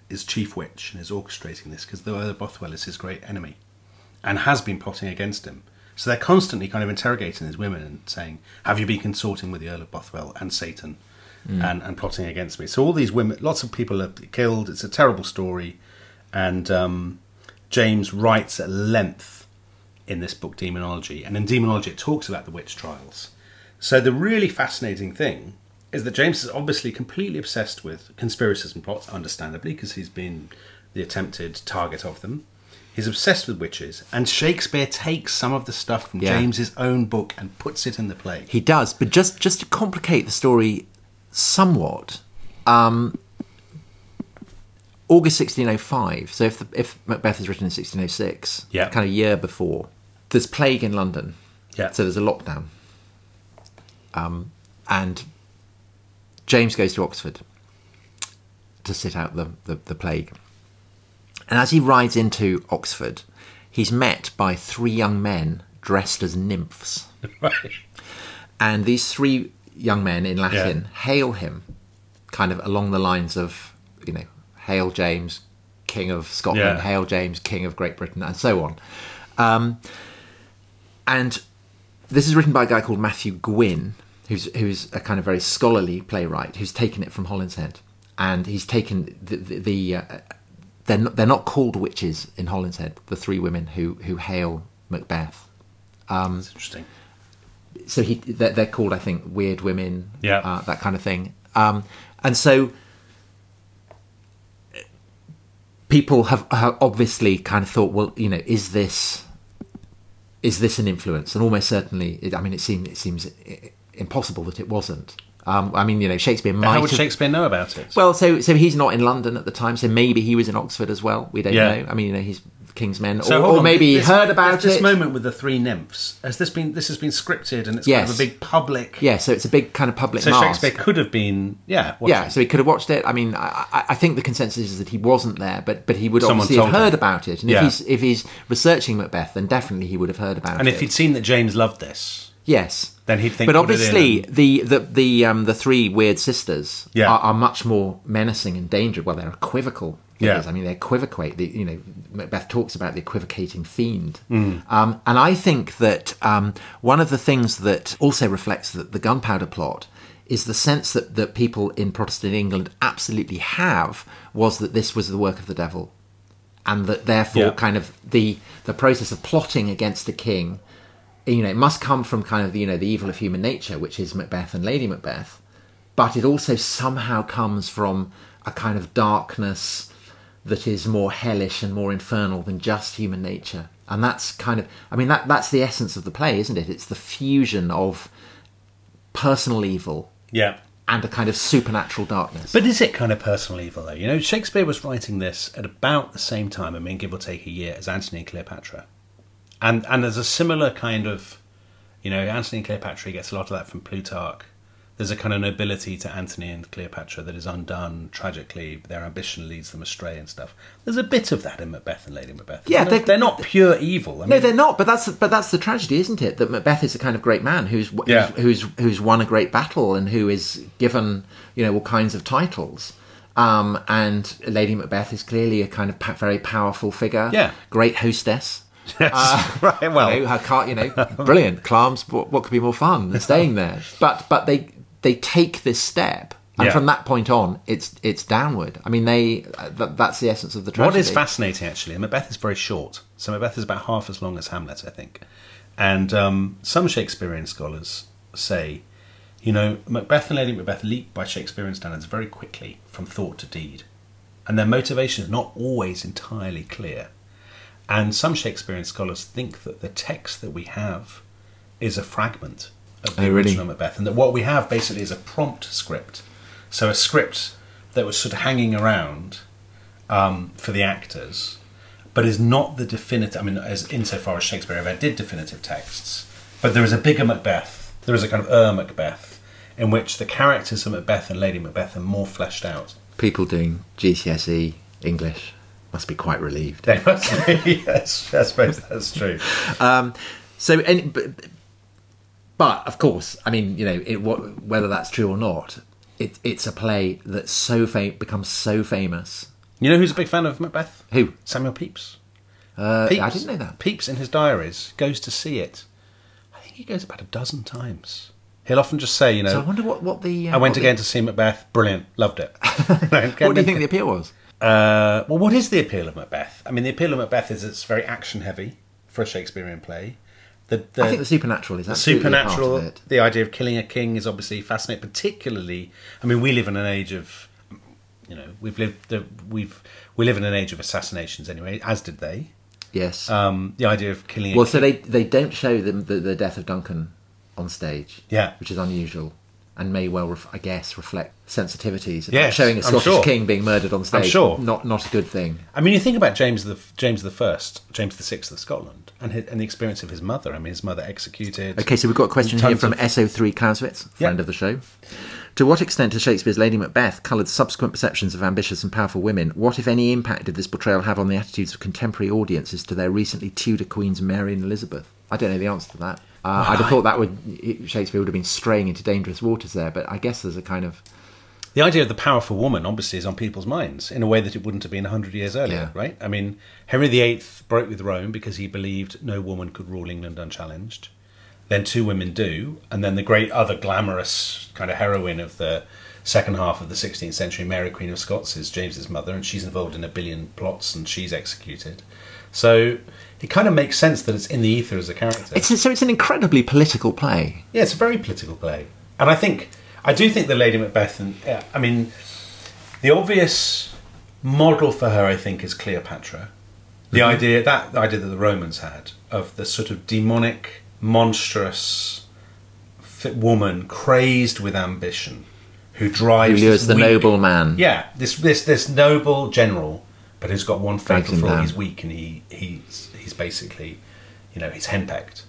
is chief witch and is orchestrating this because the Earl of Bothwell is his great enemy and has been plotting against him. So they're constantly kind of interrogating these women and saying, "Have you been consorting with the Earl of Bothwell and Satan?" And, and plotting against me. So all these women, lots of people are killed. It's a terrible story, and um, James writes at length in this book, Demonology, and in Demonology it talks about the witch trials. So the really fascinating thing is that James is obviously completely obsessed with conspiracies and plots, understandably, because he's been the attempted target of them. He's obsessed with witches, and Shakespeare takes some of the stuff from Yeah. James's own book and puts it in the play. He does, but just just to complicate the story somewhat, um, August 1605. So if the, if Macbeth is written in 1606, Yeah. kind of year before, there's plague in London. Yeah. So there's a lockdown. Um, and James goes to Oxford to sit out the, the, the plague. And as he rides into Oxford, he's met by three young men dressed as nymphs and these three young men in Latin hail him, kind of along the lines of you know, hail James, King of Scotland, Yeah. hail James, King of Great Britain, and so on. Um, and this is written by a guy called Matthew Gwynn, who's who's a kind of very scholarly playwright who's taken it from Holinshead, and he's taken the the. the uh, they're not, they're not called witches in Holinshead. The three women who, who hail Macbeth It's interesting. so he they're, they're called I think weird women, Yeah. uh, that kind of thing. Um, and so uh, people have, have obviously kind of thought, well, you know, is this is this an influence? And almost certainly, it, I mean, it seems it seems i- impossible that it wasn't. Um, I mean, you know, Shakespeare might How would have- Shakespeare know about it? well, so so he's not in London at the time, so maybe he was in Oxford as well. We don't Yeah. know. I mean, you know, he's King's Men, So or, hold or on, maybe this- he heard about this it. moment with the three nymphs. Has this been? This has been scripted, and it's kind Yes. of a big public. Yeah, so it's a big kind of public. So mask. Shakespeare could have been. Yeah. watching. Yeah, so he could have watched it. I mean, I, I- I think the consensus is that he wasn't there, but but he would Someone obviously have told him. heard about it. And Yeah. if he's if he's researching Macbeth, then definitely he would have heard about and it. if he'd seen that James loved this, yes, then he'd think. but put it in obviously and- the the the um the three weird sisters Yeah. are, are much more menacing and dangerous. Well, they're equivocal. Yeah. figures. I mean they equivocate. The, you know, Macbeth talks about the equivocating fiend, Mm. um, and I think that um, one of the things that also reflects the, the gunpowder plot is the sense that that people in Protestant England absolutely have was that this was the work of the devil, and that therefore Yeah. kind of the the process of plotting against a king you know, it must come from kind of you know the evil of human nature, which is Macbeth and Lady Macbeth, but it also somehow comes from a kind of darkness, that is more hellish and more infernal than just human nature. And that's kind of, I mean, that that's the essence of the play, isn't it? It's the fusion of personal evil Yeah. and a kind of supernatural darkness. But is it kind of personal evil, though? You know, Shakespeare was writing this at about the same time, I mean, give or take a year, as Antony and Cleopatra. And, and there's a similar kind of, you know, Antony and Cleopatra gets a lot of that from Plutarch. There's a kind of nobility to Antony and Cleopatra that is undone tragically. Their ambition leads them astray and stuff. There's a bit of that in Macbeth and Lady Macbeth. Yeah, they're, they- they're not pure evil. I no, mean, they're not. But that's but that's the tragedy, isn't it? That Macbeth is a kind of great man who's who's, Yeah. who's who's won a great battle and who is given you know all kinds of titles. Um, and Lady Macbeth is clearly a kind of pa- very powerful figure. Yeah. great hostess. right. you know, Well, her car, you know, brilliant. Clams, what, what could be more fun than staying there? But but they they take this step, and Yeah. from that point on, it's it's downward. I mean, they th- that's the essence of the tragedy. What is fascinating, actually, and Macbeth is very short. So Macbeth is about half as long as Hamlet, I think. And um, some Shakespearean scholars say, you know, Macbeth and Lady Macbeth leap by Shakespearean standards very quickly from thought to deed. And their motivation is not always entirely clear. And some Shakespearean scholars think that the text that we have is a fragment of the Oh, really? original Macbeth, and that what we have basically is a prompt script. So a script that was sort of hanging around um, for the actors, but is not the definitive. I mean, as insofar as Shakespeare ever did definitive texts, but there is a bigger Macbeth. There is a kind of er Macbeth in which the characters of Macbeth and Lady Macbeth are more fleshed out. People doing GCSE E English must be quite relieved. They must be. yes, I suppose that's true. So, any, but, but of course, I mean, you know, it, what, whether that's true or not, it, it's a play that's so fam- becomes so famous. You know who's a big fan of Macbeth? Who? Samuel Pepys. Uh, Pepys I didn't know that. Pepys in his diaries goes to see it. I think he goes about a dozen times. He'll often just say, you know, So I wonder what what the uh, I went what again The, to see Macbeth. Brilliant, loved it. what do you think the appeal was? Uh, well, what is the appeal of Macbeth? I mean, the appeal of Macbeth is it's very action heavy for a Shakespearean play. The, the, I think the supernatural is the absolutely supernatural, part of it. the idea of killing a king is obviously fascinating. Particularly, I mean, we live in an age of, you know, we've lived, the, we've we live in an age of assassinations anyway, as did they. Yes. Um, the idea of killing. well, a so they they don't show them the, the death of Duncan on stage. Yeah. which is unusual. And may well, ref- I guess, reflect sensitivities. about Yes, showing a I'm Scottish sure. king being murdered on stage. sure. not not a good thing. I mean, you think about James the James the First, James the Sixth of Scotland, and his, and the experience of his mother. I mean, his mother executed. Okay, so we've got a question Tons here from of- SO3 Clausewitz, friend Yeah. of the show. To what extent has Shakespeare's Lady Macbeth coloured subsequent perceptions of ambitious and powerful women? What, if any, impact did this portrayal have on the attitudes of contemporary audiences to their recently Tudor queens Mary and Elizabeth? I don't know the answer to that. Uh, I'd have thought that would Shakespeare would have been straying into dangerous waters there, but I guess there's a kind of the idea of the powerful woman obviously is on people's minds in a way that it wouldn't have been 100 years earlier, Yeah. right? I mean, Henry VIII broke with Rome because he believed no woman could rule England unchallenged. Then two women do, and then the great other glamorous kind of heroine of the second half of the 16th century, Mary Queen of Scots, is James's mother, and she's involved in a billion plots and she's executed. So it kind of makes sense that it's in the ether as a character. it's so it's an incredibly political play. Yeah, it's a very political play, and I think I do think the Lady Macbeth, and yeah, I mean, the obvious model for her, I think, is Cleopatra. The Mm-hmm. idea that the idea that the Romans had of the sort of demonic, monstrous f- woman crazed with ambition, who Who drives lures this the weak- noble man? Yeah, this this this noble general, but who's got one Drags fatal him flaw. down. He's weak, and he he's he's basically, you know, he's henpecked,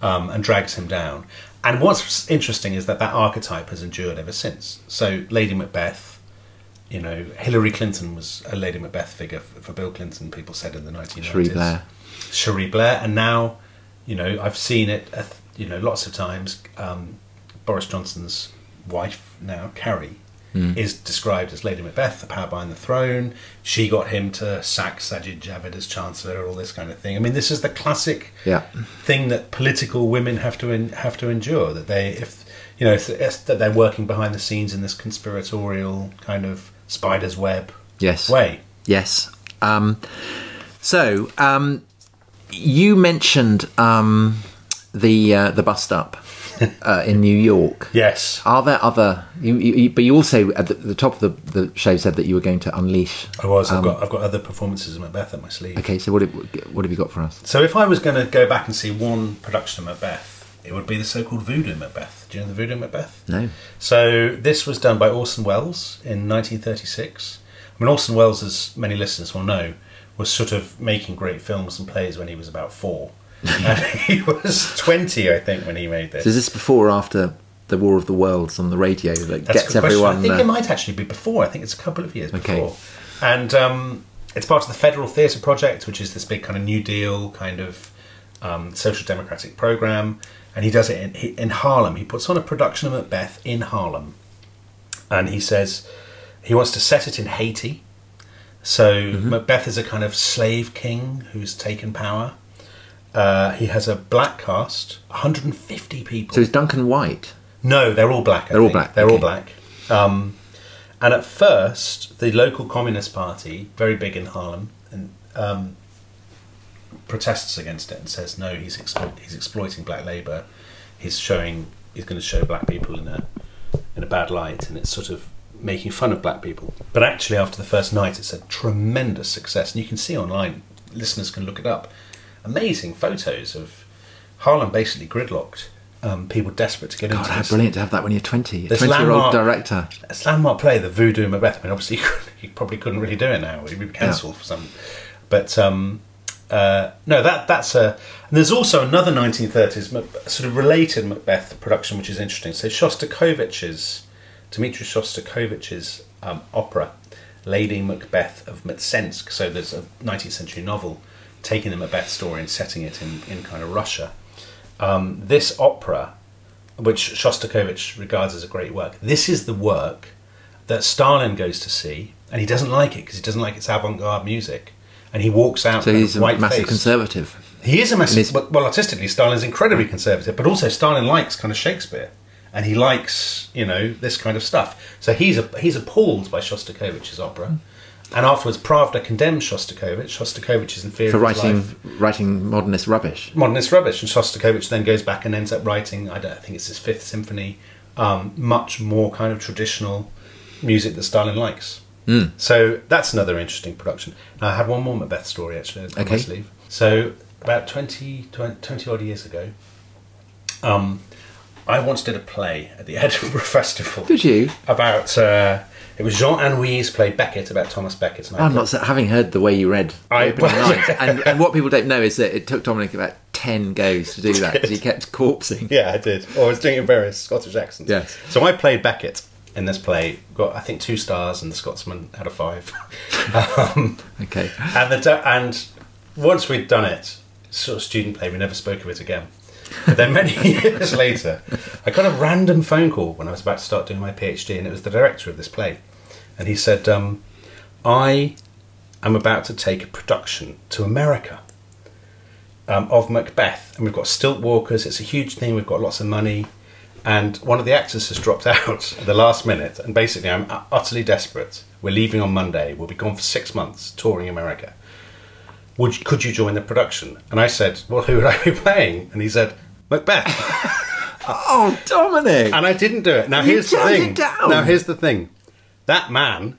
um, and drags him down. And what's interesting is that that archetype has endured ever since. So Lady Macbeth, you know, Hillary Clinton was a Lady Macbeth figure for, for Bill Clinton. People said in the nineteen Cherie nineties. Blair. Cherie Blair, and now, you know, I've seen it, a th- you know, lots of times. Um, Boris Johnson's wife now, Carrie, is described as Lady Macbeth, the power behind the throne. She got him to sack Sajid Javid as chancellor, all this kind of thing. I mean, this is the classic Yeah. thing that political women have to en- have to endure. That they, if you know, if, if that they're working behind the scenes in this conspiratorial kind of spider's web Yes. way. Yes. Um, so um, you mentioned um, the uh, the bust up uh, in New York. Yes. Are there other? You, you, you- but you also at the, the top of the, the show said that you were going to unleash. I was. I've, got, I've got other performances of Macbeth up my sleeve. Okay, so what have, what have you got for us? So if I was going to go back and see one production of Macbeth, it would be the so-called Voodoo Macbeth. Do you know the Voodoo Macbeth? No. So this was done by Orson Welles in 1936. I mean, Orson Welles, as many listeners will know, was sort of making great films and plays when he was about four. and he was 20, I think, when he made this. So is this before or after the War of the Worlds on the radio that That's a gets good question. everyone? I think uh, it might actually be before. I think it's a couple of years Okay. before. And um, it's part of the Federal Theatre Project, which is this big kind of New Deal kind of um, social democratic program. And he does it in, he- in Harlem. He puts on a production of Macbeth in Harlem, and he says he wants to set it in Haiti. So Mm-hmm. Macbeth is a kind of slave king who's taken power. Uh, he has a black cast, 150 people. so is Duncan White? No, they're all black. I They're all think. black, They're all okay. black. Um, and at first, the local Communist Party, very big in Harlem, and um, protests against it and says, "No, he's explo- he's exploiting black labour. He's showing he's going to show black people in a in a bad light, and it's sort of making fun of black people." But actually, after the first night, it's a tremendous success, and you can see online. Listeners can look it up. Amazing photos of Harlem basically gridlocked. Um, people desperate to get God, into how this. brilliant to have that when you're 20, a There's 20 year old landmark- director. It's landmark play, the Voodoo Macbeth. I mean, obviously, you, couldn't- you probably couldn't really do it now. It would be cancelled for some. But um, uh, no, that that's a. And there's also another 1930s Mac- sort of related Macbeth production, which is interesting. So Shostakovich's, Dmitri Shostakovich's um, opera, Lady Macbeth of Metsensk. So there's a 19th century novel taking the Macbeth story and setting it in, in kind of Russia Um, this opera, which Shostakovich regards as a great work, this is the work that Stalin goes to see, and he doesn't like it because he doesn't like its avant-garde music, and he walks out. So kind of he's a white-faced. massive conservative. He is a he's- massive. Well, well, artistically, Stalin's incredibly conservative, but also Stalin likes kind of Shakespeare, and he likes you know this kind of stuff. So he's a, he's appalled by Shostakovich's opera. And afterwards, Pravda condemns Shostakovich. Shostakovich is in fear For of his writing life writing modernist rubbish. modernist rubbish. And Shostakovich then goes back and ends up writing, I, don't, I think it's his Fifth Symphony, um, much more kind of traditional music that Stalin likes. Hmm. So that's another interesting production. And I had one more Macbeth story actually. I Okay. must leave. So about 20, 20, 20 odd years ago, um, I once did a play at the Edinburgh Festival. Did you? About uh, it was Jean Anouilh's play Beckett about Thomas Beckett. and I I'm thought- not so- having heard the way you read the I- opening well, lines, and, and what people don't know is that it took Dominic about ten goes to do that because he kept corpsing. Yeah, I did. Or I was doing it in various Scottish accents. Yes. So I played Beckett in this play. Got I think two stars, and the Scotsman had a five. um, Okay, and the do- and once we'd done it, sort of student play, we never spoke of it again. But then many years later, I got a random phone call when I was about to start doing my PhD, and it was the director of this play, and he said, um, "I am about to take a production to America." um, of Macbeth, and we've got stilt walkers. It's a huge thing. We've got lots of money, and one of the actors has dropped out at the last minute. And basically, I'm u- utterly desperate. We're leaving on Monday. We'll be gone for six months touring America. Would you- could you join the production? And I said, well, who would I be playing? And he said, Macbeth. oh Dominic, and I didn't do it. Now You here's the turned thing. it down. Now here's the thing. That man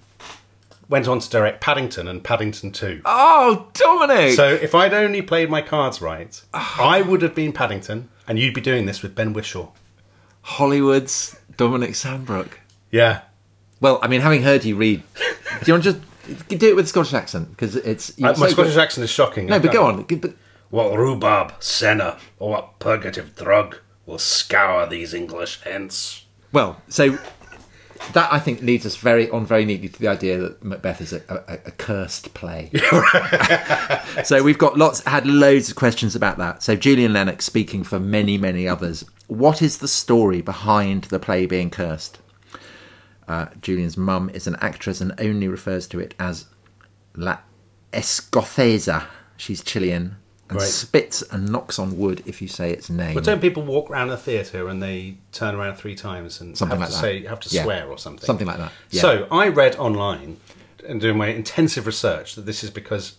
went on to direct Paddington and Paddington Two. oh Dominic. So if I'd only played my cards right, I would have been Paddington, and you'd be doing this with Ben Wishaw. Hollywood's Dominic Sandbrook. Yeah. Well, I mean, having heard you read, do you want to just do it with a Scottish accent because it's Uh, you're my so Scottish good- accent is shocking. No, I but can't- go on. G- But What rhubarb, senna, or what purgative drug will scour these English hence? Well, so that I think leads us very on very neatly to the idea that Macbeth is a, a, a cursed play. so we've got lots had loads of questions about that. So Julian Lennox speaking for many many others. What is the story behind the play being cursed? Uh, Julian's mum is an actress and only refers to it as La Escocesa. She's Chilean and Right. spits and knocks on wood if you say its name. But don't people walk around a theatre and they turn around three times and Something have like to that. say, have to Yeah. swear or something? Something like that. Yeah. So I read online and doing my intensive research that this is because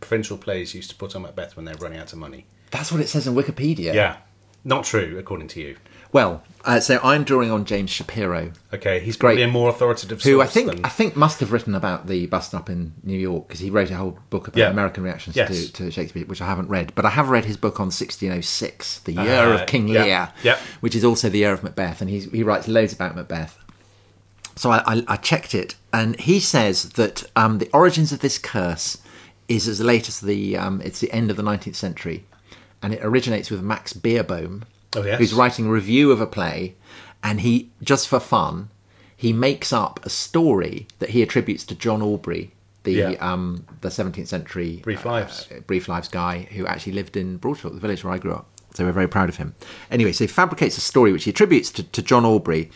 provincial plays used to put on Macbeth when they're running out of money. That's what it says in Wikipedia. Yeah. Not true, according to you. Well, uh, so I'm drawing on James Shapiro, Okay, he's Great. probably a more authoritative who I source think than- I think must have written about the bust up in New York because he wrote a whole book about Yeah. American reactions Yes. to, to Shakespeare, which I haven't read. But I have read his book on 1606, the year Ah, of King yeah, Lear, yeah. which is also the year of Macbeth, and he's, he writes loads about Macbeth. So I, I, I checked it, and he says that um, the origins of this curse is as late as the um, it's the end of the 19th century, and it originates with Max Beerbohm, Oh, yes. who's writing a review of a play, and he just for fun he makes up a story that he attributes to John Aubrey, the Yeah. um, the 17th century uh, Brief Lives. brief lives guy who actually lived in Broadshot, the village where I grew up. So we're very proud of him. Anyway, so he fabricates a story which he attributes to, to John Aubrey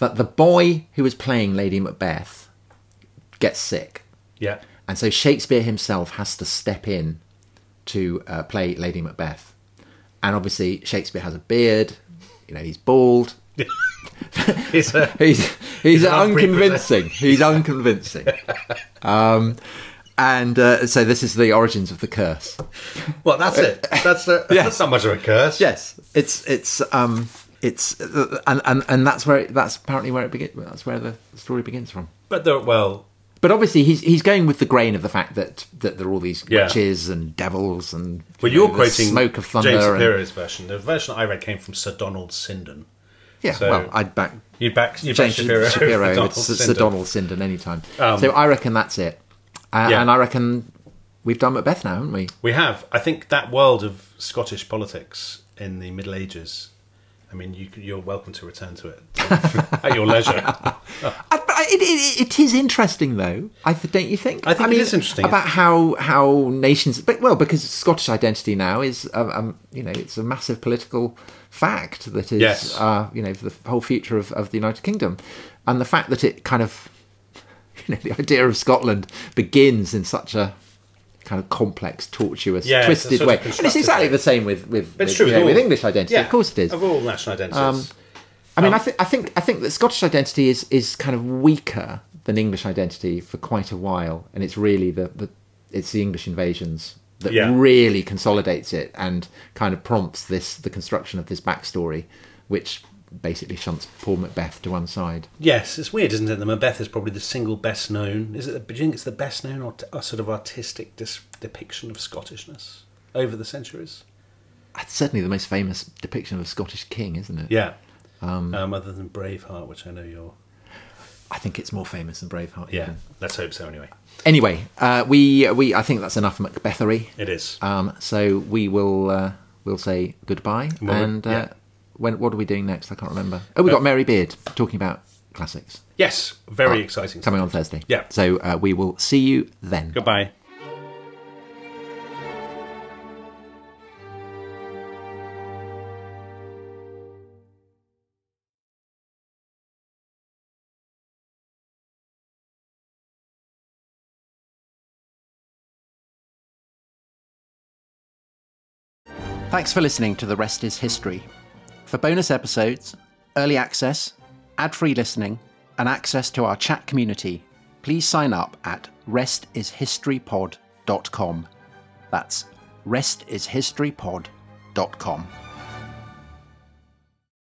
that the boy who was playing Lady Macbeth gets sick. Yeah. And so Shakespeare himself has to step in to uh, play Lady Macbeth. And obviously, Shakespeare has a beard, you know, he's bald. It's a, He's, he's, an unconvincing. He's unconvincing. um, and uh, so this is the origins of the curse. well, that's it. That's, a, that's not much of a curse. Yes, it's it's um it's uh, and and, and that's where it, that's apparently where it begins. That's where the story begins from. But, the, well, But obviously, he's he's going with the grain of the fact that that there are all these Yeah. witches and devils and. well you you're know, the quoting smoke of thunder. James and- Shapiro's version. The version I read came from Sir Donald Sinden. yeah, so- well, I'd back You back, you back James Shapiro. Shapiro, over Donald with Sir, Sir Sinden. Donald Sinden anytime. so I reckon that's it, uh, yeah. and I reckon we've done Macbeth now, haven't we? We have. I think that world of Scottish politics in the Middle Ages. I mean, you, you're welcome to return to it at your leisure. I, but I- it, it, it is interesting, though. I th- don't you think? I think it mean, is interesting. about how how nations, but well, because Scottish identity now is, um, um, you know, it's a massive political fact that is, Yes. uh, you know, the whole future of, of the United Kingdom, and the fact that it kind of, you know, the idea of Scotland begins in such a kind of complex, tortuous, Yeah, it's a twisted sort of way, and it's constructed exactly way. the same with with, But with, it's true you with, know, all, with English identity. Yeah, Of course, it is. Um, Of all national identities. I Um, mean, I, th- I think I think that Scottish identity is, is kind of weaker than English identity for quite a while, and it's really the, the it's the English invasions that Yeah. really consolidates it and kind of prompts this the construction of this backstory, which basically shunts poor Macbeth to one side. yes, it's weird, isn't it? The Macbeth is probably the single best known. Is it? The, do you think it's the best known art, uh, sort of artistic dis- depiction of Scottishness over the centuries? That's certainly the most famous depiction of a Scottish king, isn't it? Yeah. Um, other than Braveheart, which I know you're. I think it's more famous than Braveheart. Yeah, even. let's hope so. Anyway, Anyway, uh, we we I think that's enough Macbethery. it is. Um, so we will uh, we'll say goodbye. Well, we- and uh, yeah. Uh, when what are we doing next? I can't remember. Oh, we have got Mary Beard talking about classics yes, very exciting. coming on Thursday. Yeah. So uh, we will see you then. Goodbye. Thanks for listening to The Rest is History. For bonus episodes, early access, ad free listening, and access to our chat community, please sign up at restishistorypod.com. That's restishistorypod.com.